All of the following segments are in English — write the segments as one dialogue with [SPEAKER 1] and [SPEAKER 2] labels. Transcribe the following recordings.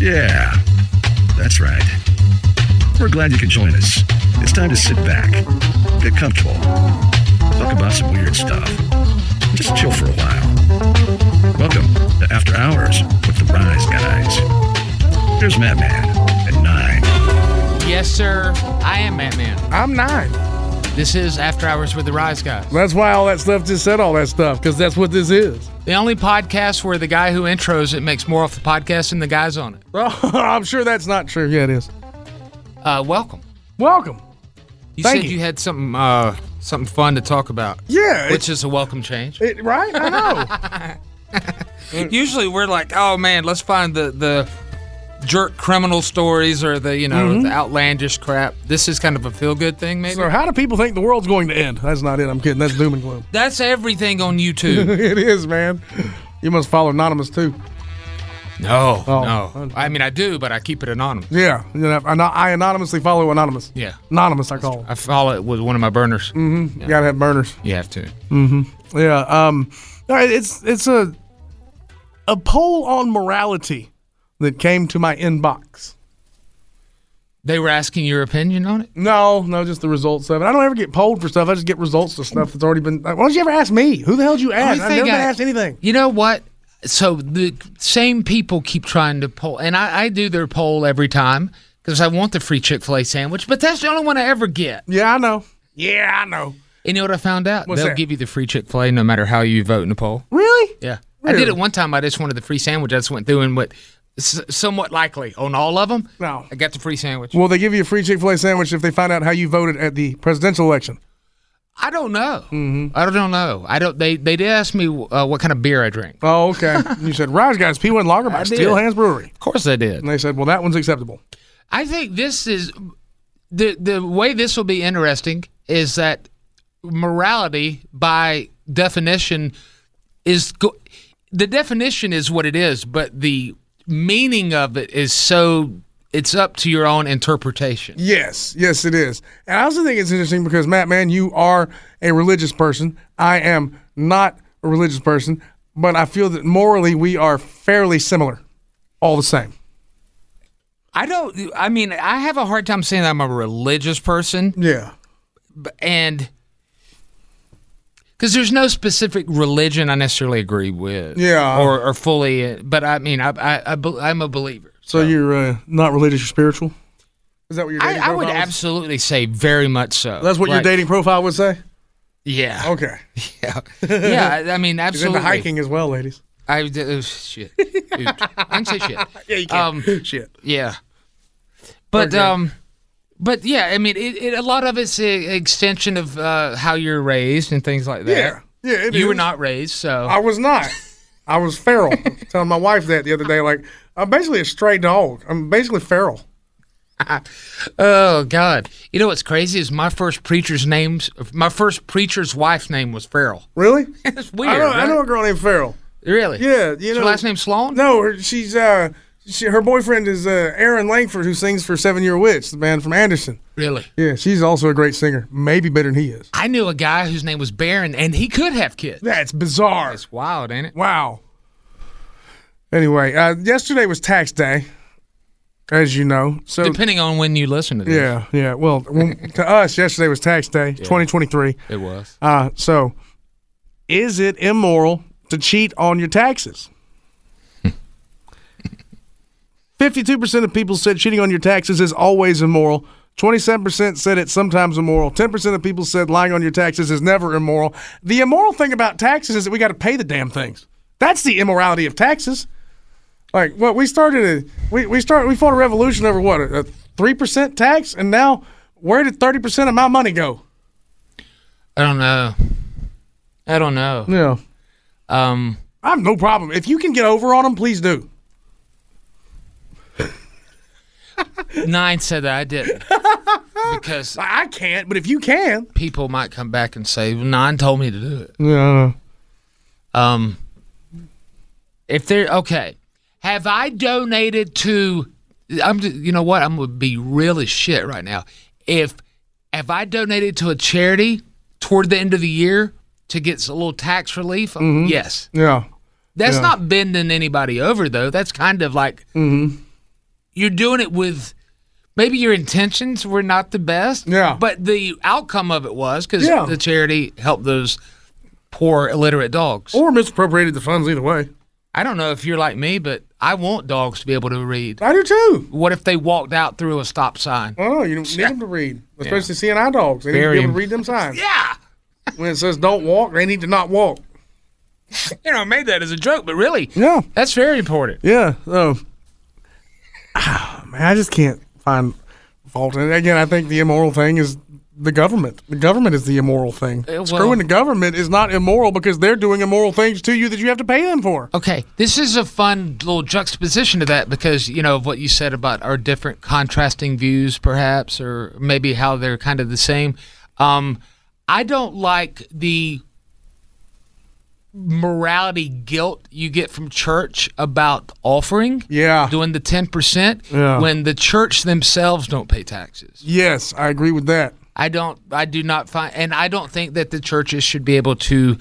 [SPEAKER 1] Yeah, that's right. We're glad you could join us. It's time to sit back, get comfortable, talk about some weird stuff, just chill for a while. Welcome to After Hours with the Rise Guys. Here's Madman at 9.
[SPEAKER 2] Yes, sir. I am Batman.
[SPEAKER 3] I'm nine.
[SPEAKER 2] This is After Hours with the Rise Guys.
[SPEAKER 3] That's why all that stuff just said all that stuff, because that's what this is.
[SPEAKER 2] The only podcast where the guy who intros it makes more off the podcast than the guys on it.
[SPEAKER 3] Oh, I'm sure that's not true. Yeah, it is.
[SPEAKER 2] Uh, welcome.
[SPEAKER 3] Welcome.
[SPEAKER 2] You
[SPEAKER 3] Thank
[SPEAKER 2] said you.
[SPEAKER 3] you.
[SPEAKER 2] had something uh, something fun to talk about.
[SPEAKER 3] Yeah,
[SPEAKER 2] Which is a welcome change.
[SPEAKER 3] It, right? I know.
[SPEAKER 2] Usually we're like, oh man, let's find the the jerk criminal stories or the you know the outlandish crap. This is kind of a feel good thing, maybe.
[SPEAKER 3] so, how do people think the world's going to end? That's not it. I'm kidding. That's doom and gloom.
[SPEAKER 2] That's everything on YouTube.
[SPEAKER 3] it is, man. You must follow Anonymous too.
[SPEAKER 2] no,
[SPEAKER 3] Oh,
[SPEAKER 2] no. I mean, I do, but I keep it anonymous.
[SPEAKER 3] Yeah, you know, I, I anonymously follow Anonymous.
[SPEAKER 2] Yeah.
[SPEAKER 3] Anonymous, I call.
[SPEAKER 2] I follow it with one of my burners. Mm.
[SPEAKER 3] it. You gotta have burners.
[SPEAKER 2] You have to.
[SPEAKER 3] Yeah. Um. all right, It's it's a a poll on morality that came to my inbox.
[SPEAKER 2] They were asking your opinion on it.
[SPEAKER 3] No, no, just the results of it. I don't ever get polled for stuff. I just get results to stuff that's already been. Like, why don't you ever ask me? Who the hell did Oh, you ask?
[SPEAKER 2] Only
[SPEAKER 3] I've
[SPEAKER 2] thing
[SPEAKER 3] never been
[SPEAKER 2] I-
[SPEAKER 3] asked anything.
[SPEAKER 2] You know what? So the same people keep trying to poll, and I, I do their poll every time because I want the free Chick Fil A sandwich, but that's the only one I ever get.
[SPEAKER 3] Yeah, I know. Yeah, I know.
[SPEAKER 2] And you know what I found out?
[SPEAKER 3] What's
[SPEAKER 2] They'll
[SPEAKER 3] that?
[SPEAKER 2] give you the free Chick Fil A no matter how you vote in the poll.
[SPEAKER 3] Really?
[SPEAKER 2] Yeah, I did
[SPEAKER 3] Really?
[SPEAKER 2] it one time. I just wanted the free sandwich. I just went through and what s- somewhat likely on all of them.
[SPEAKER 3] No.
[SPEAKER 2] I got the free sandwich.
[SPEAKER 3] Will they give you a free Chick Fil A sandwich if they find out how you voted at the presidential election?
[SPEAKER 2] I don't know.
[SPEAKER 3] Mm-hmm.
[SPEAKER 2] I don't know. I don't. They they did ask me uh, what kind of beer I drink.
[SPEAKER 3] Oh, okay. you said Rise Guys P1 Lager by
[SPEAKER 2] I did.
[SPEAKER 3] Steel Hands Brewery,
[SPEAKER 2] Of course I did.
[SPEAKER 3] and they said, "Well, that one's acceptable."
[SPEAKER 2] I think this is the the way this will be interesting is that morality by definition is go- the definition is what it is, but the meaning of it is so it's up to your own interpretation.
[SPEAKER 3] Yes, yes, it is. And I also think it's interesting because Matt, man, you are a religious person. I am not a religious person, but I feel that morally we are fairly similar, all the same.
[SPEAKER 2] I don't I mean I have a hard time saying I'm a religious person
[SPEAKER 3] Yeah.
[SPEAKER 2] and because there's no specific religion I necessarily agree with,
[SPEAKER 3] Yeah.
[SPEAKER 2] or, or fully. But I mean, I, I, I be- I'm a believer.
[SPEAKER 3] So you're uh, not religious, you're spiritual. Is that what your dating
[SPEAKER 2] I, I
[SPEAKER 3] profile
[SPEAKER 2] would
[SPEAKER 3] is?
[SPEAKER 2] absolutely say very much so.
[SPEAKER 3] That's what your
[SPEAKER 2] Like,
[SPEAKER 3] dating profile would say.
[SPEAKER 2] Yeah.
[SPEAKER 3] Okay.
[SPEAKER 2] yeah. I- I mean,
[SPEAKER 3] He's into
[SPEAKER 2] absolutely.
[SPEAKER 3] hiking as well, ladies.
[SPEAKER 2] I would- uh, shit. Dude, I can say shit. Yeah, you can. Um,
[SPEAKER 3] Shit.
[SPEAKER 2] yeah. But um, but yeah, I mean, it, it, a lot of it's a extension of uh, how you're raised and things like that.
[SPEAKER 3] Yeah. Yeah. it
[SPEAKER 2] You were
[SPEAKER 3] is.
[SPEAKER 2] not raised, so
[SPEAKER 3] I was not. I was feral. I was telling my wife that the other day, like I'm basically a stray dog. I'm basically feral.
[SPEAKER 2] oh god. You know what's crazy is my first preacher's names. My first preacher's wife's name was Farrell.
[SPEAKER 3] Really?
[SPEAKER 2] It's weird.
[SPEAKER 3] I know, I
[SPEAKER 2] right?
[SPEAKER 3] know a girl named Farrell.
[SPEAKER 2] Really?
[SPEAKER 3] Yeah, you
[SPEAKER 2] Is her
[SPEAKER 3] know-
[SPEAKER 2] last name Sloan.
[SPEAKER 3] No, her, she's uh, she, her boyfriend is uh, Aaron Langford, who sings for Seven Year Witch, the band from Anderson.
[SPEAKER 2] Really.
[SPEAKER 3] Yeah, she's also a great singer, maybe better than he is.
[SPEAKER 2] I knew a guy whose name was Baron, and he could have kids.
[SPEAKER 3] That's bizarre.
[SPEAKER 2] That's wild, ain't it?
[SPEAKER 3] Wow. Anyway, uh, yesterday was tax day, as you know. So
[SPEAKER 2] Depending on when you listen to this,
[SPEAKER 3] yeah, yeah. Well, when- to us, yesterday was tax day, 2023.
[SPEAKER 2] it was.
[SPEAKER 3] Uh, so, is it immoral to cheat on your taxes? 52% of people said cheating on your taxes is always immoral. 27% said it's sometimes immoral. 10% of people said lying on your taxes is never immoral. The immoral thing about taxes is that we got to pay the damn things. That's the immorality of taxes. Like, what we started, a, we, we started, we fought a revolution over what, a, a 3% tax? And now, where did 30% of my money go?
[SPEAKER 2] I don't know. I don't know.
[SPEAKER 3] Yeah.
[SPEAKER 2] Um,
[SPEAKER 3] I have no problem. If you can get over on them, please do.
[SPEAKER 2] nine said that I didn't because
[SPEAKER 3] I I can't, but if you can,
[SPEAKER 2] people might come back and say well, nine told me to do it.
[SPEAKER 3] yeah,
[SPEAKER 2] Um, if they're okay, have I donated to? I'm. ju- You know what? I'm gonna be really shit right now. If have I donated to a charity toward the end of the year to get a little tax relief? Yes.
[SPEAKER 3] yeah,
[SPEAKER 2] That's
[SPEAKER 3] Mm-hmm. Yeah.
[SPEAKER 2] not bending anybody over though. That's kind of like
[SPEAKER 3] Mm-hmm.
[SPEAKER 2] you're doing it with maybe your intentions were not the best.
[SPEAKER 3] Yeah.
[SPEAKER 2] But the outcome of it was because
[SPEAKER 3] Yeah.
[SPEAKER 2] the charity helped those poor illiterate dogs.
[SPEAKER 3] or misappropriated the funds either way.
[SPEAKER 2] I don't know if you're like me, but I want dogs to be able to read.
[SPEAKER 3] I do too.
[SPEAKER 2] What if they walked out through a stop sign?
[SPEAKER 3] Oh, you don't need them to read, especially seeing eye dogs. They need to
[SPEAKER 2] Very
[SPEAKER 3] be able
[SPEAKER 2] im-
[SPEAKER 3] to read them signs.
[SPEAKER 2] Yeah.
[SPEAKER 3] When it says don't walk, they need to not walk.
[SPEAKER 2] You know, I made that as a joke, but really,
[SPEAKER 3] Yeah,
[SPEAKER 2] that's very important.
[SPEAKER 3] yeah. So, Ah, man, I just can't find fault in it. Again, I think the immoral thing is the government. The government is the immoral thing.
[SPEAKER 2] well-
[SPEAKER 3] Screwing the government is not immoral because they're doing immoral things to you that you have to pay them for.
[SPEAKER 2] Okay, this is a fun little juxtaposition to that because you know of what you said about our different contrasting views, perhaps, or maybe how they're kind of the same. Um, I don't like the morality guilt you get from church about offering.
[SPEAKER 3] Yeah.
[SPEAKER 2] doing the ten percent
[SPEAKER 3] Yeah.
[SPEAKER 2] when the church themselves don't pay taxes.
[SPEAKER 3] Yes, I agree with that.
[SPEAKER 2] I don't. I do not find, and I don't think that the churches should be able to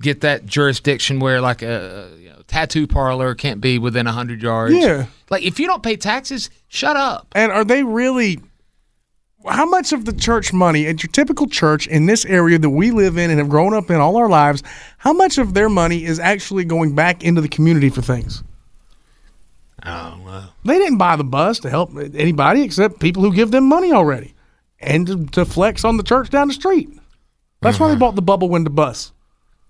[SPEAKER 2] get that jurisdiction where like a you know, tattoo parlor can't be within hundred yards.
[SPEAKER 3] Yeah.
[SPEAKER 2] Like if you don't pay taxes, shut up.
[SPEAKER 3] And are they really? How much of the church money at your typical church in this area that we live in and have grown up in all our lives? How much of their money is actually going back into the community for things?
[SPEAKER 2] Oh well.
[SPEAKER 3] They didn't buy the bus to help anybody except people who give them money already, and to, to flex on the church down the street. That's why they bought the bubble window bus.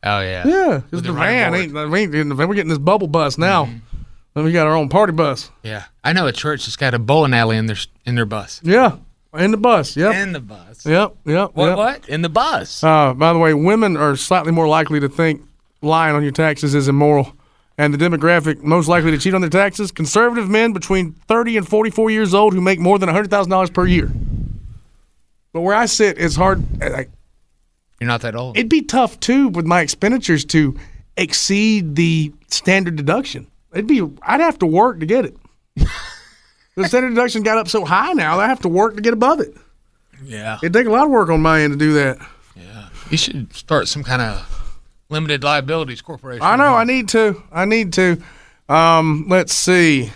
[SPEAKER 2] Oh yeah.
[SPEAKER 3] Yeah, because
[SPEAKER 2] With the
[SPEAKER 3] the
[SPEAKER 2] running
[SPEAKER 3] van
[SPEAKER 2] board.
[SPEAKER 3] ain't, we ain't getting the van. We're getting this bubble bus now. Then we got our own party bus.
[SPEAKER 2] Yeah. I know a church that's got a bowling alley in their in their bus.
[SPEAKER 3] Yeah, in the bus. Yep.
[SPEAKER 2] In the bus.
[SPEAKER 3] yep. Yep.
[SPEAKER 2] What?
[SPEAKER 3] yep.
[SPEAKER 2] What? In the bus.
[SPEAKER 3] Uh, by the way, women are slightly more likely to think lying on your taxes is immoral. And the demographic most likely to cheat on their taxes conservative men between 30 and 44 years old who make more than $100,000 per year. But where I sit, it's hard. Like,
[SPEAKER 2] You're not that old.
[SPEAKER 3] it'd be tough too with my expenditures to exceed the standard deduction. It'd be, I'd have to work to get it. the standard deduction got up so high now that I have to work to get above it.
[SPEAKER 2] yeah.
[SPEAKER 3] It'd take a lot of work on my end to do that.
[SPEAKER 2] You should start some kind of limited liabilities corporation.
[SPEAKER 3] I know. I need to. I need to. Um, let's see.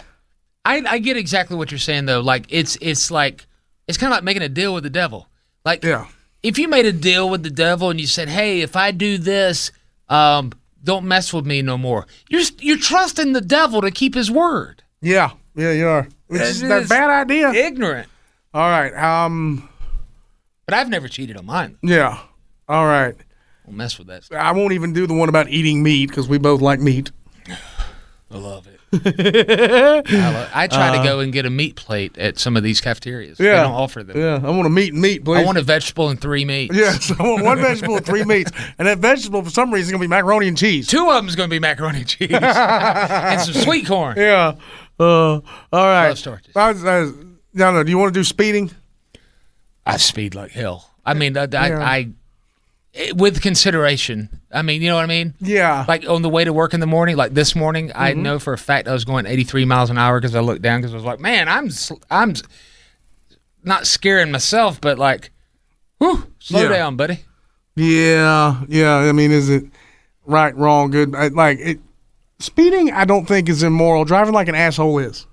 [SPEAKER 2] I, I get exactly what you're saying though. Like it's it's like it's kind of like making a deal with the devil. Like
[SPEAKER 3] Yeah.
[SPEAKER 2] if you made a deal with the devil and you said, "Hey, if I do this, um, don't mess with me no more," you're s- you're trusting the devil to keep his word.
[SPEAKER 3] Yeah. Yeah, you are. Which is
[SPEAKER 2] It
[SPEAKER 3] a
[SPEAKER 2] is-
[SPEAKER 3] bad idea.
[SPEAKER 2] Ignorant.
[SPEAKER 3] All right. Um.
[SPEAKER 2] But I've never cheated on mine.
[SPEAKER 3] Yeah. All right.
[SPEAKER 2] Don't mess with that. stuff.
[SPEAKER 3] I won't even do the one about eating meat because we both like meat.
[SPEAKER 2] I love it. I, lo- I try to go and get a meat plate at some of these cafeterias. They
[SPEAKER 3] Uh. Yeah.
[SPEAKER 2] don't offer them.
[SPEAKER 3] Yeah. I want a meat and meat, please.
[SPEAKER 2] I want a vegetable and three meats.
[SPEAKER 3] Yes. I want one vegetable and three meats, and that vegetable for some reason is gonna be macaroni and cheese.
[SPEAKER 2] Two of them's going to be macaroni and cheese and some sweet corn.
[SPEAKER 3] Yeah. Uh. All right.
[SPEAKER 2] Love starches.
[SPEAKER 3] I, was- I, was- no, no. Do you want to do speeding?
[SPEAKER 2] I speed like hell. I mean, I, I, I it- with consideration. I mean, you know what I mean?
[SPEAKER 3] Yeah. Mm-hmm.
[SPEAKER 2] Like on the way to work in the morning, like this morning, I know for a fact I was going 83 miles an hour because I looked down because I was like, man, I'm sl- I'm s- not scaring myself, but like, whew, slow
[SPEAKER 3] Yeah.
[SPEAKER 2] down, buddy.
[SPEAKER 3] Yeah, yeah. I mean, is it right, wrong, good? I, like it, speeding, I don't think is immoral. Driving like an asshole is.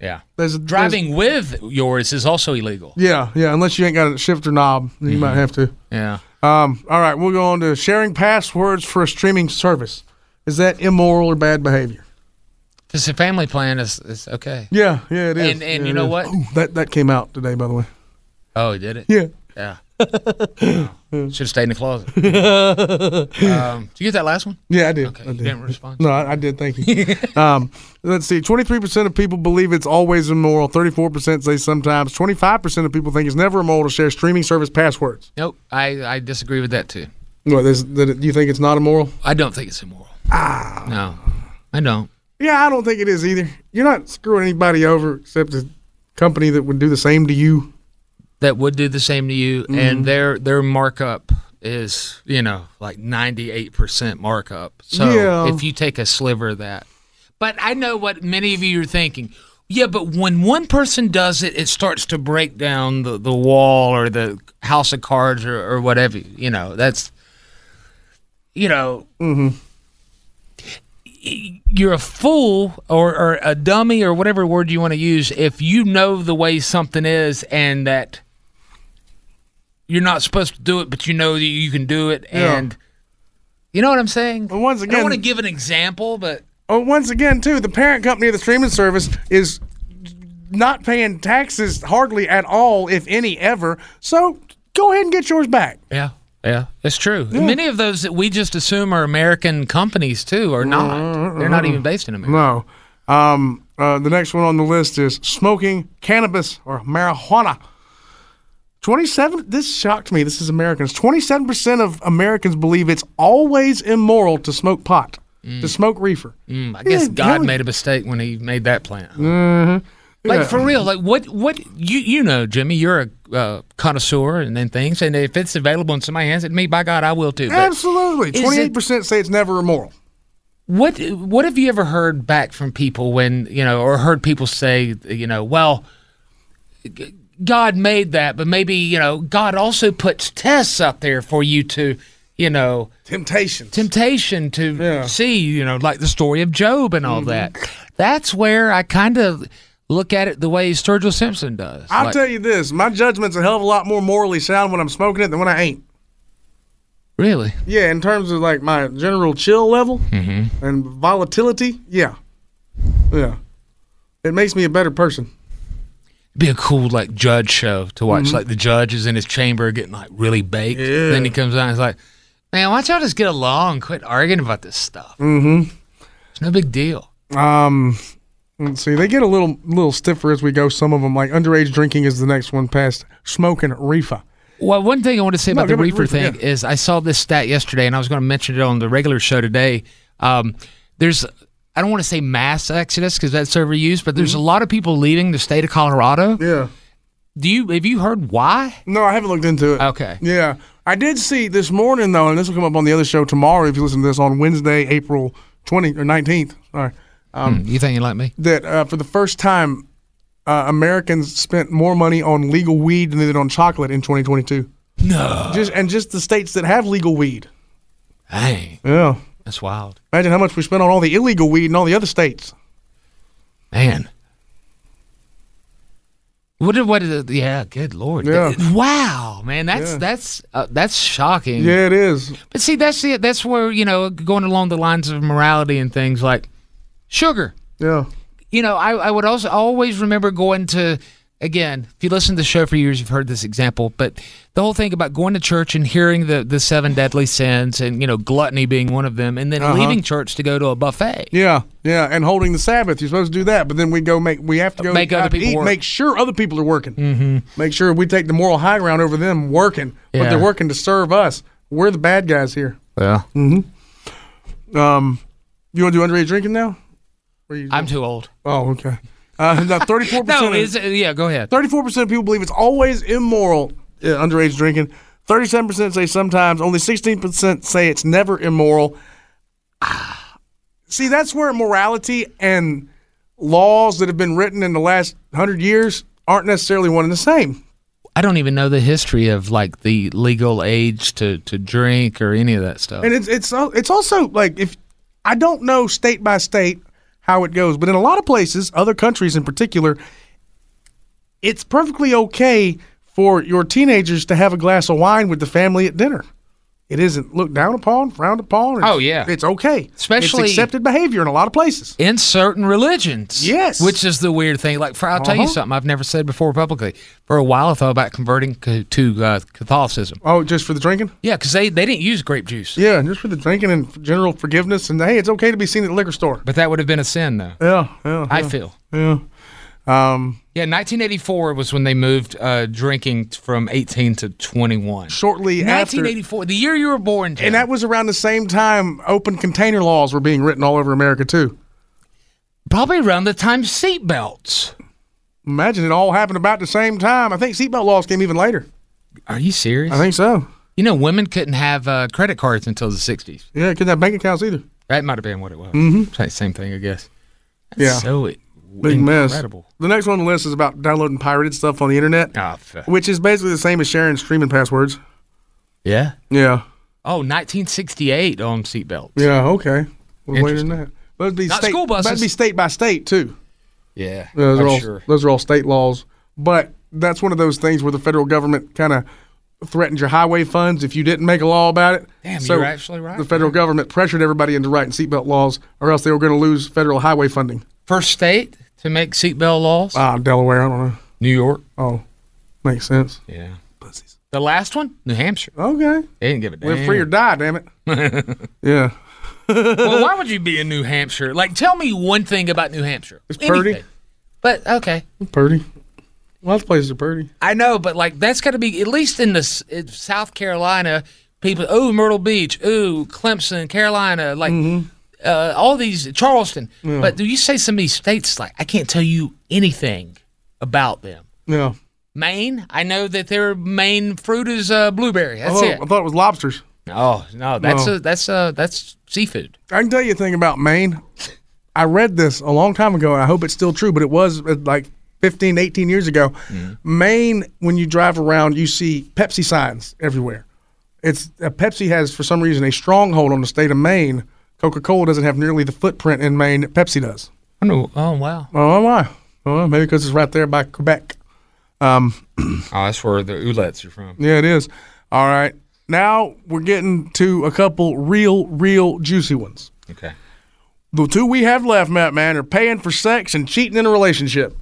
[SPEAKER 2] Yeah.
[SPEAKER 3] There's a,
[SPEAKER 2] Driving with yours is also illegal.
[SPEAKER 3] there's- yeah, yeah. Unless you ain't got a shifter knob, then
[SPEAKER 2] Mm-hmm.
[SPEAKER 3] you might have to.
[SPEAKER 2] Yeah.
[SPEAKER 3] Um. All right, we'll go on to sharing passwords for a streaming service. Is that immoral or bad behavior?
[SPEAKER 2] Because the family plan is, is okay.
[SPEAKER 3] Yeah, yeah, it is.
[SPEAKER 2] And- and
[SPEAKER 3] Yeah,
[SPEAKER 2] you
[SPEAKER 3] it
[SPEAKER 2] know
[SPEAKER 3] is.
[SPEAKER 2] what?
[SPEAKER 3] Ooh, that that came out today, by the way.
[SPEAKER 2] Oh, he did it?
[SPEAKER 3] Yeah.
[SPEAKER 2] Yeah. Should have stayed in the closet. um, did you get that last one?
[SPEAKER 3] Yeah, I did.
[SPEAKER 2] Okay,
[SPEAKER 3] I
[SPEAKER 2] you
[SPEAKER 3] did.
[SPEAKER 2] didn't respond.
[SPEAKER 3] No, I, I did. Thank you. um, let's see. Twenty-three percent of people believe it's always immoral. Thirty-four percent say sometimes. Twenty-five percent of people think it's never immoral to share streaming service passwords.
[SPEAKER 2] Nope. I, I disagree with that too.
[SPEAKER 3] What? This, that it- you think it's not immoral?
[SPEAKER 2] I don't think it's immoral. No, I don't.
[SPEAKER 3] Yeah, I don't think it is either. You're not screwing anybody over except to company that would do the same to you.
[SPEAKER 2] that would do the same to you, and their their markup is you know like ninety eight percent markup. So
[SPEAKER 3] Yeah.
[SPEAKER 2] if you take a sliver of that, but I know what many of you are thinking. Yeah, but when one person does it, it starts to break down the, the wall or the house of cards or, or whatever. You know, that's, you know,
[SPEAKER 3] Mm-hmm.
[SPEAKER 2] you're a fool or, or a dummy or whatever word you want to use if you know the way something is and that you're not supposed to do it, but you know that you can do it.
[SPEAKER 3] Yeah.
[SPEAKER 2] And you know what I'm saying?
[SPEAKER 3] Well, once
[SPEAKER 2] I
[SPEAKER 3] again-
[SPEAKER 2] don't want to give an example, but
[SPEAKER 3] Oh, once again, too, the parent company of the streaming service is not paying taxes hardly at all, if any, ever. So go ahead and get yours back.
[SPEAKER 2] yeah, yeah, it's true. Many of those that we just assume are American companies too are
[SPEAKER 3] Mm-hmm.
[SPEAKER 2] not. They're not even based in America.
[SPEAKER 3] No. Um, uh, the next one on the list is smoking cannabis or marijuana. 27 this shocked me this is americans 27% of americans believe it's always immoral to smoke pot to smoke reefer
[SPEAKER 2] Mm, I guess
[SPEAKER 3] Yeah, Mm-hmm.
[SPEAKER 2] God
[SPEAKER 3] really.
[SPEAKER 2] made a mistake when He made that plan. Like for real, like what what you you know, Jimmy, you're a uh, connoisseur and then things, and if it's available in somebody's hands, it me by God, I will too. But
[SPEAKER 3] absolutely
[SPEAKER 2] is it-
[SPEAKER 3] 28% say it's never immoral
[SPEAKER 2] what what have you ever heard back from people when you know, or heard people say, you know, well, g- God made that, but maybe you know, God also puts tests up there for you to, you know,
[SPEAKER 3] temptation
[SPEAKER 2] temptation to
[SPEAKER 3] Yeah. Mm-hmm.
[SPEAKER 2] see, you know, like the story of Job and all that. That's where I kind of look at it the way Sturgill Simpson does.
[SPEAKER 3] i'll
[SPEAKER 2] Like,
[SPEAKER 3] tell you this my judgment's a hell of a lot more morally sound when i'm smoking it than when i ain't
[SPEAKER 2] really,
[SPEAKER 3] yeah in terms of like my general chill level and volatility yeah yeah it makes me a better person
[SPEAKER 2] be a cool like judge show to watch.
[SPEAKER 3] Mm-hmm.
[SPEAKER 2] Like the judge is in his chamber getting like really baked. Then he comes out and he's like, "Man, why don't y'all just get along? Quit arguing about this stuff. Mm-hmm. It's no big deal."
[SPEAKER 3] Um, let's see. They get a little little stiffer as we go. Some of them, like underage drinking, is the next one past smoking reefer.
[SPEAKER 2] Well, one thing I want to say
[SPEAKER 3] No,
[SPEAKER 2] about the
[SPEAKER 3] go back to
[SPEAKER 2] reefer
[SPEAKER 3] reefer,
[SPEAKER 2] thing is I saw this stat yesterday, and I was going to mention it on the regular show today. Um, there's, I don't want to say mass exodus because that's overused, but
[SPEAKER 3] Mm-hmm.
[SPEAKER 2] there's a lot of people leaving the state of Colorado.
[SPEAKER 3] Yeah.
[SPEAKER 2] Do you have you heard why?
[SPEAKER 3] No, I haven't looked into it.
[SPEAKER 2] Okay.
[SPEAKER 3] Yeah, I did see this morning though, and this will come up on the other show tomorrow if you listen to this on Wednesday, April twenty or nineteenth. Sorry,
[SPEAKER 2] Um, you thinking like me?
[SPEAKER 3] that uh, for the first time, uh, Americans spent more money on legal weed than they did on chocolate in 2022. No. Just and just the states that have legal weed.
[SPEAKER 2] Dang,
[SPEAKER 3] Yeah.
[SPEAKER 2] that's wild,
[SPEAKER 3] Imagine how much we spent on all the illegal weed in all the other states.
[SPEAKER 2] man. What? did- What? did- Yeah, good lord.
[SPEAKER 3] Yeah.
[SPEAKER 2] Wow, man, that's that's uh, that's shocking.
[SPEAKER 3] Yeah, it is.
[SPEAKER 2] But see, that's it. That's where you know going along the lines of morality and things like sugar.
[SPEAKER 3] Yeah.
[SPEAKER 2] You know, I, I would also always remember going to again. If you listen to the show for years, you've heard this example. But the whole thing about going to church and hearing the the seven deadly sins and you know gluttony being one of them, and then leaving church to go to a buffet.
[SPEAKER 3] Yeah, yeah, and holding the Sabbath, you're supposed to do that, but then we go make we have to go
[SPEAKER 2] Make other
[SPEAKER 3] out to
[SPEAKER 2] people
[SPEAKER 3] eat,
[SPEAKER 2] work.
[SPEAKER 3] make sure other people are working, mm-hmm. make sure we take the moral high ground over them working, but
[SPEAKER 2] Yeah.
[SPEAKER 3] they're working to serve us. We're the bad guys here.
[SPEAKER 2] Yeah,
[SPEAKER 3] Um, you want to do underage drinking now? Or you-
[SPEAKER 2] I'm too old.
[SPEAKER 3] oh, okay. Uh, now, thirty-four
[SPEAKER 2] No,
[SPEAKER 3] percent.
[SPEAKER 2] is yeah. Go ahead.
[SPEAKER 3] Thirty-four percent of people believe it's always immoral uh, underage drinking. Thirty-seven percent say sometimes. Only sixteen percent say it's never immoral. Ah. See, that's where morality and laws that have been written in the last hundred years aren't necessarily one and the same.
[SPEAKER 2] I don't even know the history of like the legal age to to drink or any of that stuff.
[SPEAKER 3] And it's it's al- it's also like if I don't know state by state how it goes, but in a lot of places, other countries in particular, it's perfectly okay for your teenagers to have a glass of wine with the family at dinner. It isn't looked down upon, frowned upon. It's-
[SPEAKER 2] Oh, yeah.
[SPEAKER 3] it's okay.
[SPEAKER 2] Especially-
[SPEAKER 3] it's accepted behavior in a lot of places.
[SPEAKER 2] in certain religions.
[SPEAKER 3] Yes.
[SPEAKER 2] Which is the weird thing. Like, for, I'll tell you
[SPEAKER 3] Uh-huh.
[SPEAKER 2] something I've never said before publicly. For a while, I thought about converting co- to uh, Catholicism.
[SPEAKER 3] Oh, just for the drinking?
[SPEAKER 2] Yeah, because they, they didn't use grape juice.
[SPEAKER 3] Yeah, just for the drinking and f- general forgiveness. And hey, it's okay to be seen at the liquor store.
[SPEAKER 2] But that would have been a sin, though,
[SPEAKER 3] Yeah, yeah,
[SPEAKER 2] I feel.
[SPEAKER 3] yeah. Um,
[SPEAKER 2] Yeah, 1984 was when they moved uh, drinking from 18 to 21.
[SPEAKER 3] shortly after.
[SPEAKER 2] 1984, the year you were born, Jim.
[SPEAKER 3] And that was around the same time open container laws were being written all over America too.
[SPEAKER 2] probably around the time seatbelts
[SPEAKER 3] Imagine it all happened about the same time. I think seatbelt laws came even later.
[SPEAKER 4] Are you serious?
[SPEAKER 3] I think so.
[SPEAKER 2] You know, women couldn't have uh, credit cards until the 60s.
[SPEAKER 3] Yeah, couldn't have bank accounts either.
[SPEAKER 4] That might have been what it was. Mm-hmm. Same thing, I guess. That's
[SPEAKER 3] Yeah.
[SPEAKER 4] So it,
[SPEAKER 3] Big
[SPEAKER 4] incredible.
[SPEAKER 3] mess. The next one on the list is about downloading pirated stuff on the internet,
[SPEAKER 4] Ah, fuck.
[SPEAKER 3] which is basically the same as sharing streaming passwords.
[SPEAKER 4] yeah.
[SPEAKER 3] Yeah.
[SPEAKER 4] Oh, 1968 on seatbelts.
[SPEAKER 3] Yeah. Okay. We're later than
[SPEAKER 4] Interesting.
[SPEAKER 3] that. That'd be
[SPEAKER 4] Not
[SPEAKER 3] state,
[SPEAKER 4] school buses.
[SPEAKER 3] That'd be state by state too.
[SPEAKER 4] Yeah.
[SPEAKER 3] Those
[SPEAKER 4] I'm
[SPEAKER 3] are all
[SPEAKER 4] sure.
[SPEAKER 3] those are all state laws. But that's one of those things where the federal government kind of threatened your highway funds if you didn't make a law about it.
[SPEAKER 4] Damn,
[SPEAKER 3] so
[SPEAKER 4] you're actually right.
[SPEAKER 3] The federal government pressured everybody into writing seatbelt laws, or else they were going to lose federal highway funding.
[SPEAKER 4] First state to make seatbelt laws?
[SPEAKER 3] Ah, Delaware. I don't know.
[SPEAKER 4] New York.
[SPEAKER 3] Oh, makes sense.
[SPEAKER 4] Yeah. Pussies. The last one? New Hampshire.
[SPEAKER 3] Okay.
[SPEAKER 4] They didn't give a damn.
[SPEAKER 3] Live free or die, damn it. yeah.
[SPEAKER 4] well, why would you be in New Hampshire? Like, tell me one thing about New Hampshire.
[SPEAKER 3] It's Purdy.
[SPEAKER 4] Anything. But, okay.
[SPEAKER 3] Purdy. Lots of places are Purdy.
[SPEAKER 4] I know, but like that's got to be at least in the s- in South Carolina. People, ooh, Myrtle Beach, ooh, Clemson, Carolina, like uh, all these Charleston. But do you say some of these states like I can't tell you anything about them?
[SPEAKER 3] Yeah.
[SPEAKER 4] Maine, I know that their main fruit is uh, blueberry. That's
[SPEAKER 3] oh,
[SPEAKER 4] it.
[SPEAKER 3] I thought it was lobsters.
[SPEAKER 4] Oh no, that's
[SPEAKER 3] No.
[SPEAKER 4] A, that's a, that's seafood.
[SPEAKER 3] I can tell you a thing about Maine. I read this a long time ago, and I hope it's still true, but it was uh, like 15, 18 years ago. Maine, when you drive around, you see Pepsi signs everywhere. It's uh, Pepsi has, for some reason, a stronghold on the state of Maine. Coca Cola doesn't have nearly the footprint in Maine that Pepsi does.
[SPEAKER 4] I know. Oh wow.
[SPEAKER 3] Oh, why? Well, maybe because it's right there by Quebec.
[SPEAKER 4] Oh, that's where the oulets are from.
[SPEAKER 3] Yeah, it is. All right. Now we're getting to a couple real, real juicy ones.
[SPEAKER 4] Okay.
[SPEAKER 3] The two we have left, Matt, man, are paying for sex and cheating in a relationship.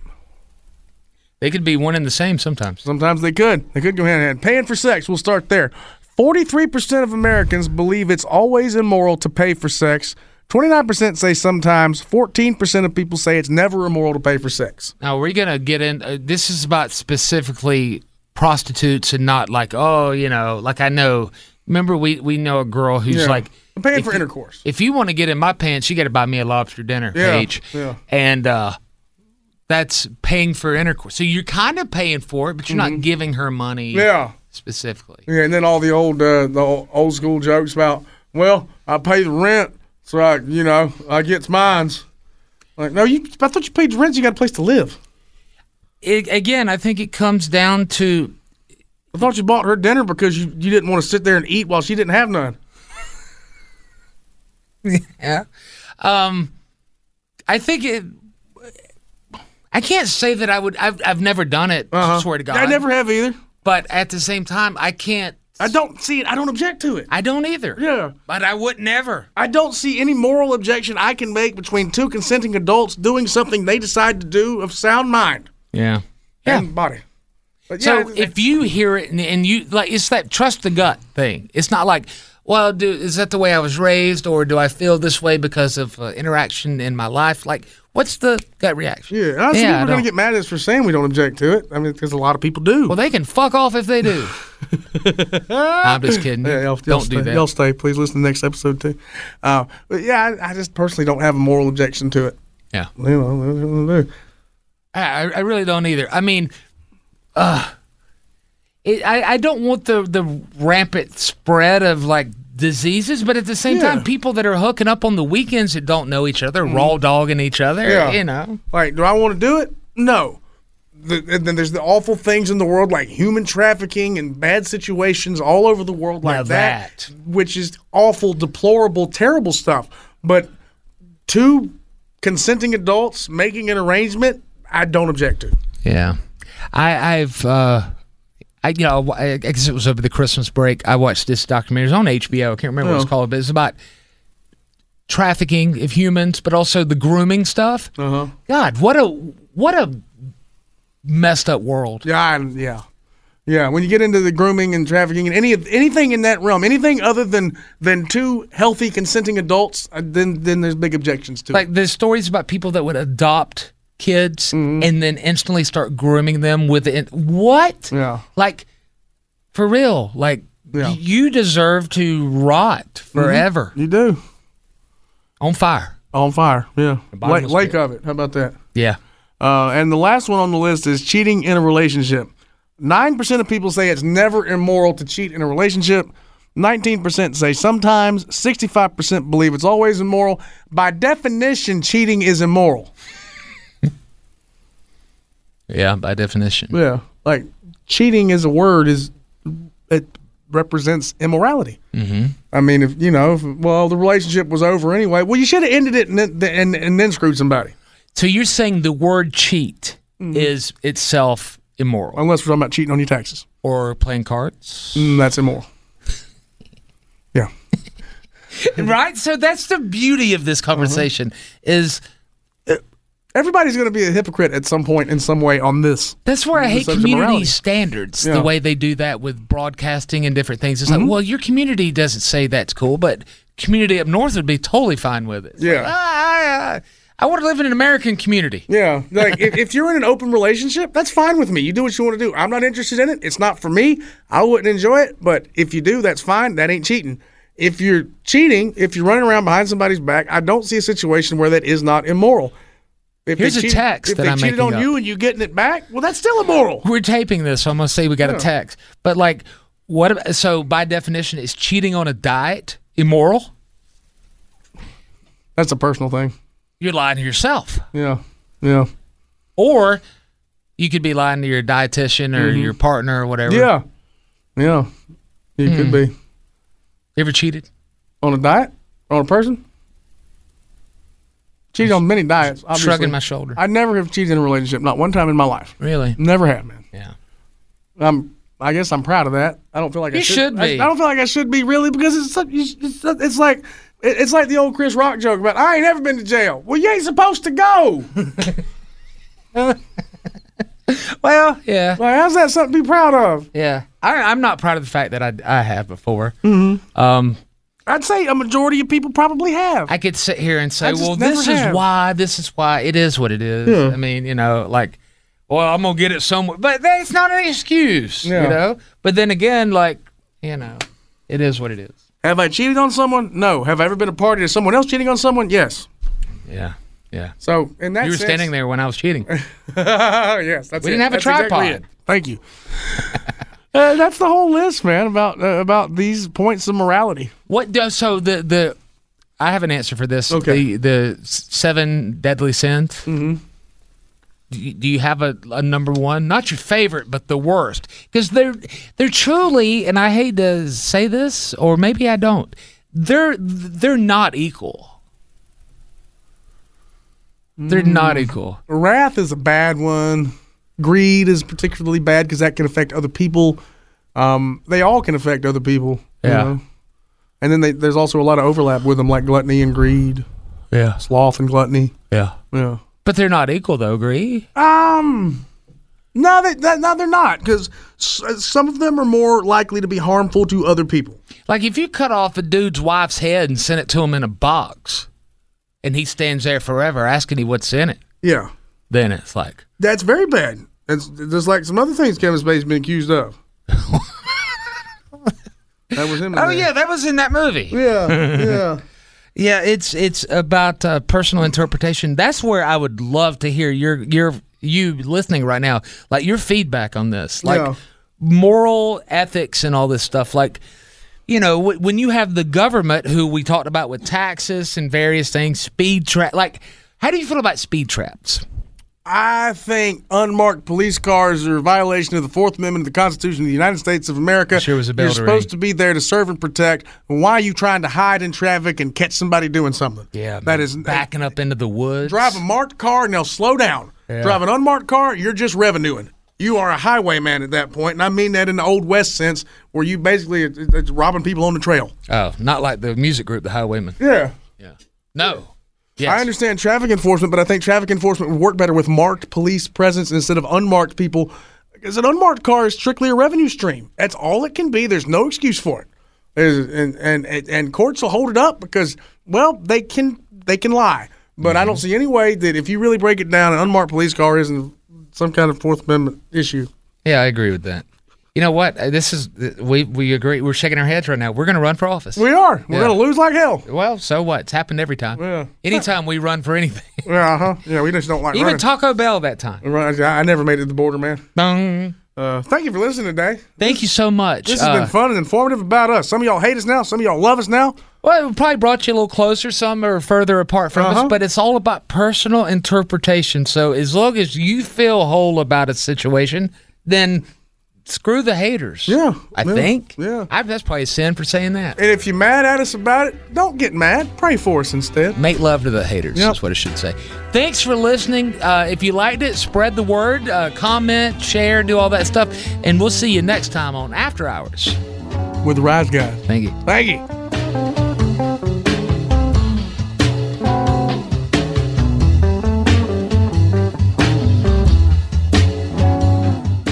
[SPEAKER 4] They could be one and the same sometimes.
[SPEAKER 3] Sometimes they could. They could go hand in hand. Paying for sex, we'll start there. 43% of Americans believe it's always immoral to pay for sex. 29% say sometimes. 14% of people say it's never immoral to pay for sex.
[SPEAKER 2] Now we're gonna get in. Uh, this is about specifically prostitutes and not like oh you know like I know. Remember we we know a girl who's
[SPEAKER 3] Yeah.
[SPEAKER 2] like
[SPEAKER 3] paying
[SPEAKER 2] if
[SPEAKER 3] for
[SPEAKER 2] you-
[SPEAKER 3] intercourse.
[SPEAKER 2] If you want to get in my pants, you got to buy me a lobster dinner,
[SPEAKER 3] Yeah,
[SPEAKER 2] Paige.
[SPEAKER 3] yeah.
[SPEAKER 2] And uh, that's paying for intercourse. So you're kind of paying for it, but you're not giving her money.
[SPEAKER 3] Mm-hmm. Yeah.
[SPEAKER 2] Specifically.
[SPEAKER 3] Yeah, and then all the old uh, the old, old school jokes about, well, I pay the rent, so I you know I gets mines. Like, no, you. I thought you paid the rent. You got a place to live.
[SPEAKER 2] It, again, I think it comes down to
[SPEAKER 3] I thought you bought her dinner because you, you didn't want to sit there and eat while she didn't have none.
[SPEAKER 2] yeah. Um, I think it. I can't say that I would. I've I've never done it. Swear to God,
[SPEAKER 3] Uh-huh. I never have either.
[SPEAKER 2] But at the same time, I can't.
[SPEAKER 3] I don't see it. I don't object to it.
[SPEAKER 2] I don't either.
[SPEAKER 3] Yeah.
[SPEAKER 2] But I would never.
[SPEAKER 3] I don't see any moral objection I can make between two consenting adults doing something they decide to do of sound mind
[SPEAKER 4] Yeah.
[SPEAKER 3] and body. But
[SPEAKER 2] So
[SPEAKER 3] yeah,
[SPEAKER 2] if you hear it and, and you like, it's that trust the gut thing. It's not like, well, do is that the way I was raised, or do I feel this way because of uh, interaction in my life? Like, what's the gut reaction?
[SPEAKER 3] yeah, and I see
[SPEAKER 2] I
[SPEAKER 3] people are going
[SPEAKER 2] don't.
[SPEAKER 3] to get mad at us for saying we don't object to it. I mean, because a lot of people do.
[SPEAKER 2] Well, they can fuck off if they do. I'm just kidding.
[SPEAKER 3] Yeah, y'all, y'all
[SPEAKER 2] don't
[SPEAKER 3] stay,
[SPEAKER 2] do that.
[SPEAKER 3] Y'all stay. Please listen to the next episode too. Uh, but yeah, I, I just personally don't have a moral objection to it.
[SPEAKER 2] Yeah.
[SPEAKER 3] You know, that's what I do.
[SPEAKER 2] I, I really don't either. I mean, uh, it, I, I don't want the, the rampant spread of like diseases, but at the same
[SPEAKER 3] Yeah. Mm-hmm.
[SPEAKER 2] time, people that are hooking up on the weekends that don't know each other, raw dogging each other,
[SPEAKER 3] Yeah.
[SPEAKER 2] you know.
[SPEAKER 3] Like, do I want to do it? No. The, and then there's the awful things in the world like human trafficking and bad situations all over the world like
[SPEAKER 2] Now
[SPEAKER 3] that,
[SPEAKER 2] that.
[SPEAKER 3] which is awful, deplorable, terrible stuff. But two consenting adults making an arrangement, I don't object to.
[SPEAKER 2] Yeah, I, I've, uh, I you know, I I guess it was over the Christmas break. I watched this documentary it was on HBO. I can't remember what
[SPEAKER 3] Oh.
[SPEAKER 2] it's called, but it's about trafficking of humans, but also the grooming stuff.
[SPEAKER 3] Uh huh.
[SPEAKER 2] God, what a what a messed up world.
[SPEAKER 3] Yeah, I, yeah, yeah. When you get into the grooming and trafficking and any of anything in that realm, anything other than than two healthy consenting adults, uh, then then there's big objections to. it.
[SPEAKER 2] Like there's stories about people that would adopt kids
[SPEAKER 3] Mm-hmm.
[SPEAKER 2] and then instantly start grooming them with it. What?
[SPEAKER 3] Yeah.
[SPEAKER 2] Like for real? Like
[SPEAKER 3] Yeah. Mm-hmm.
[SPEAKER 2] you deserve to rot forever
[SPEAKER 3] you do
[SPEAKER 2] on fire.
[SPEAKER 3] on fire. Yeah,
[SPEAKER 4] bottomless
[SPEAKER 3] lake, lake
[SPEAKER 4] pit.
[SPEAKER 3] of it. How about that?
[SPEAKER 2] Yeah.
[SPEAKER 3] Uh, and the last one on the list is cheating in a relationship. 9% of people say it's never immoral to cheat in a relationship. 19% say sometimes. 65% believe it's always immoral. By definition, cheating is immoral.
[SPEAKER 2] Yeah, by definition.
[SPEAKER 3] Yeah. Like cheating as a word is it represents immorality. Mm-hmm. I mean, if you know, if, well, the relationship was over anyway. Well, you should have ended it and then, and, and then screwed somebody.
[SPEAKER 2] So you're saying the word cheat
[SPEAKER 3] Mm-hmm.
[SPEAKER 2] is itself immoral
[SPEAKER 3] Unless we're talking about cheating on your taxes,
[SPEAKER 2] or playing cards?
[SPEAKER 3] Mm, that's immoral. Yeah. Mm-hmm.
[SPEAKER 2] right? So that's the beauty of
[SPEAKER 3] Uh-huh.
[SPEAKER 2] this conversation is
[SPEAKER 3] Everybody's going to be a hypocrite at some point in some way on this.
[SPEAKER 2] That's where I hate
[SPEAKER 3] subject of
[SPEAKER 2] community
[SPEAKER 3] morality.
[SPEAKER 2] standards,
[SPEAKER 3] Yeah. Mm-hmm.
[SPEAKER 2] the way they do that with broadcasting and different things. It's like, well, your community doesn't say that's cool, but community up north would be totally fine with it. It's like,
[SPEAKER 3] Yeah.
[SPEAKER 2] "Ah, I, I, I want to live in an American community.
[SPEAKER 3] Yeah. Like if, if you're in an open relationship, that's fine with me. You do what you want to do. I'm not interested in it. It's not for me. I wouldn't enjoy it. But if you do, that's fine. That ain't cheating. If you're cheating, if you're running around behind somebody's back, I don't see a situation where that is not immoral. If they
[SPEAKER 2] Here's a
[SPEAKER 3] cheat-
[SPEAKER 2] text
[SPEAKER 3] if
[SPEAKER 2] that
[SPEAKER 3] they
[SPEAKER 2] I'm
[SPEAKER 3] cheated
[SPEAKER 2] making
[SPEAKER 3] on
[SPEAKER 2] up.
[SPEAKER 3] you and you getting it back, well, that's still immoral.
[SPEAKER 2] We're taping this, so I'm going to say we got a text. But like, what? ab- So by definition, is cheating on a diet immoral?
[SPEAKER 3] That's a personal thing.
[SPEAKER 2] You're lying to yourself.
[SPEAKER 3] Yeah. Yeah.
[SPEAKER 2] Or you could be lying to your dietitian or your partner or whatever.
[SPEAKER 3] Mm-hmm. Yeah. Yeah. You
[SPEAKER 2] Hmm.
[SPEAKER 3] could be
[SPEAKER 2] You ever cheated?
[SPEAKER 3] on a diet, on a person. Cheated on many diets. Obviously.
[SPEAKER 2] Shrugging my shoulder.
[SPEAKER 3] I never have cheated in a relationship, not one time in my life.
[SPEAKER 2] really?
[SPEAKER 3] Never have, man.
[SPEAKER 2] Yeah.
[SPEAKER 3] I'm. I guess I'm proud of that. I don't feel like I
[SPEAKER 2] You should
[SPEAKER 3] I,
[SPEAKER 2] be.
[SPEAKER 3] I don't feel like I should be really because it's such- it's, it's like it- it's like the old Chris Rock joke about I ain't ever been to jail. Well, you ain't supposed to go.
[SPEAKER 2] Well, yeah.
[SPEAKER 3] Like, how's that something to be proud of?
[SPEAKER 2] Yeah, I, I'm not proud of the fact that I, I have before.
[SPEAKER 3] Mm-hmm.
[SPEAKER 2] Um,
[SPEAKER 3] I'd say a majority of people probably have.
[SPEAKER 2] I could sit here and
[SPEAKER 3] I
[SPEAKER 2] say,
[SPEAKER 3] just
[SPEAKER 2] well,
[SPEAKER 3] never
[SPEAKER 2] this
[SPEAKER 3] have.
[SPEAKER 2] is why, this is why, it is what it is. I mean, you know, like, well, I'm gonna get it somewhere, but that's not an excuse,
[SPEAKER 3] Yeah.
[SPEAKER 2] you know. But then again, like, you know, it is what it is.
[SPEAKER 3] have I cheated on someone? No. Have I ever been a party to someone else cheating on someone? Yes.
[SPEAKER 2] Yeah, yeah.
[SPEAKER 3] So in that
[SPEAKER 2] you were
[SPEAKER 3] sense-
[SPEAKER 2] standing there when I was cheating.
[SPEAKER 3] yes, that's
[SPEAKER 2] We
[SPEAKER 3] it.
[SPEAKER 2] didn't have a
[SPEAKER 3] That's exactly
[SPEAKER 2] tripod.
[SPEAKER 3] it. Thank you. Uh, that's the whole list, man. About uh, about these points of morality.
[SPEAKER 2] What does so the the I have an answer for this.
[SPEAKER 3] Okay.
[SPEAKER 2] The the s- seven deadly sins. Mm-hmm. Do you, do you have a, a number one? Not your favorite, but the worst, because they're they're truly, and I hate to say this, or maybe I don't. They're they're not equal. They're not equal.
[SPEAKER 3] Wrath is a bad one. Greed is particularly bad because that can affect other people. Um, they all can affect other people. you
[SPEAKER 2] Yeah.
[SPEAKER 3] know? And then they, there's also a lot of overlap with them, like gluttony and greed,
[SPEAKER 2] Yeah,
[SPEAKER 3] sloth and gluttony.
[SPEAKER 2] yeah.
[SPEAKER 3] Yeah.
[SPEAKER 2] But they're not equal, though, Gree.
[SPEAKER 3] Um. No, they, that, no, they're not because some of them are more likely to be harmful to other people.
[SPEAKER 2] Like if you cut off a dude's wife's head and send it to him in a box, and he stands there forever asking you what's in it.
[SPEAKER 3] Yeah.
[SPEAKER 2] then it's like
[SPEAKER 3] That's very bad. That's just like some other things Kevin Spacey's been accused of. that was him. in there.
[SPEAKER 2] Oh, that was in that movie
[SPEAKER 3] Yeah, yeah.
[SPEAKER 2] yeah it's it's about uh, personal interpretation that's where i would love to hear your your you listening right now like your feedback on this like
[SPEAKER 3] Yeah.
[SPEAKER 2] moral ethics and all this stuff like you know w- when you have the government who we talked about with taxes and various things speed trap like how do you feel about speed traps
[SPEAKER 3] I think unmarked police cars are a violation of the Fourth Amendment of the Constitution of the United States of America.
[SPEAKER 2] Sure was a bell
[SPEAKER 3] You're
[SPEAKER 2] to
[SPEAKER 3] supposed
[SPEAKER 2] ring.
[SPEAKER 3] to be there to serve and protect. Why are you trying to hide in traffic and catch somebody doing something? that is
[SPEAKER 2] backing up into the woods
[SPEAKER 3] Drive a marked car and they'll slow down. Drive an unmarked car, you're just revenuing. You are a highwayman at that point, and I mean that in the old West sense, where you basically it's it's robbing people on the trail.
[SPEAKER 2] oh not like the music group the highwaymen
[SPEAKER 3] Yeah.
[SPEAKER 2] yeah no yes.
[SPEAKER 3] I understand traffic enforcement, but I think traffic enforcement would work better with marked police presence instead of unmarked people. Because an unmarked car is strictly a revenue stream. That's all it can be. There's no excuse for it. There's- and, and and and courts will hold it up because well they can they can lie. But I don't
[SPEAKER 2] Mm-hmm.
[SPEAKER 3] see any way that if you really break it down, an unmarked police car isn't some kind of Fourth Amendment issue.
[SPEAKER 2] Yeah, I agree with that. You know what? Uh, This is th- we we agree. We're shaking our heads right now. We're going to run for office.
[SPEAKER 3] We are. We're
[SPEAKER 2] Yeah.
[SPEAKER 3] gonna lose like hell.
[SPEAKER 2] well, so what? It's happened every time.
[SPEAKER 3] Yeah.
[SPEAKER 2] Anytime we run for anything,
[SPEAKER 3] Yeah, huh? Yeah, we just don't like
[SPEAKER 2] uh-huh. even
[SPEAKER 3] running.
[SPEAKER 2] Taco Bell that time.
[SPEAKER 3] Right, I I never made it to the border, man.
[SPEAKER 2] Bung.
[SPEAKER 3] Uh, thank you for listening today.
[SPEAKER 2] Thank you so much.
[SPEAKER 3] This has
[SPEAKER 2] Uh,
[SPEAKER 3] been fun and informative about us. Some of y'all hate us now. Some of y'all love us now.
[SPEAKER 2] Well, it probably brought you a little closer. Some are further apart from
[SPEAKER 3] Uh-huh.
[SPEAKER 2] us, but it's all about personal interpretation. So as long as you feel whole about a situation, then screw the haters.
[SPEAKER 3] Yeah,
[SPEAKER 2] I
[SPEAKER 3] yeah,
[SPEAKER 2] think.
[SPEAKER 3] yeah.
[SPEAKER 2] I, that's probably a sin for saying that.
[SPEAKER 3] And if you're mad at us about it, don't get mad. Pray for us instead.
[SPEAKER 2] Make love to the haters.
[SPEAKER 3] Yep.
[SPEAKER 2] That's what I should say. Thanks for listening. Uh, if you liked it, spread the word, uh, comment, share, do all that stuff, and we'll see you next time on After Hours.
[SPEAKER 3] With the Rise Guys.
[SPEAKER 2] Thank you.
[SPEAKER 3] Thank you.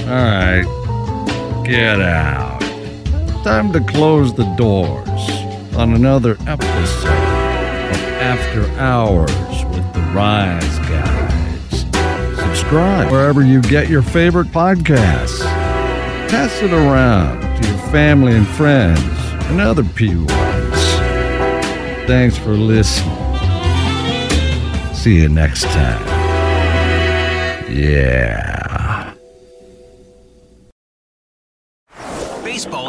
[SPEAKER 1] All right. Get out. Time to close the doors on another episode of After Hours with the Rise Guys. Subscribe wherever you get your favorite podcasts. Pass it around to your family and friends and other P1s. Thanks for listening. See you next time. Yeah.
[SPEAKER 5] Baseball